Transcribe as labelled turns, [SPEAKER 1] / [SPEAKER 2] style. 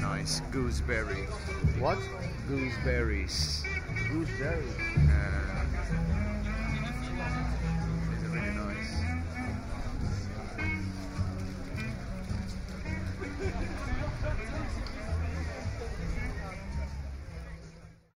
[SPEAKER 1] nice. Gooseberry.
[SPEAKER 2] What?
[SPEAKER 1] Gooseberries.
[SPEAKER 2] Gooseberry.
[SPEAKER 1] Uh,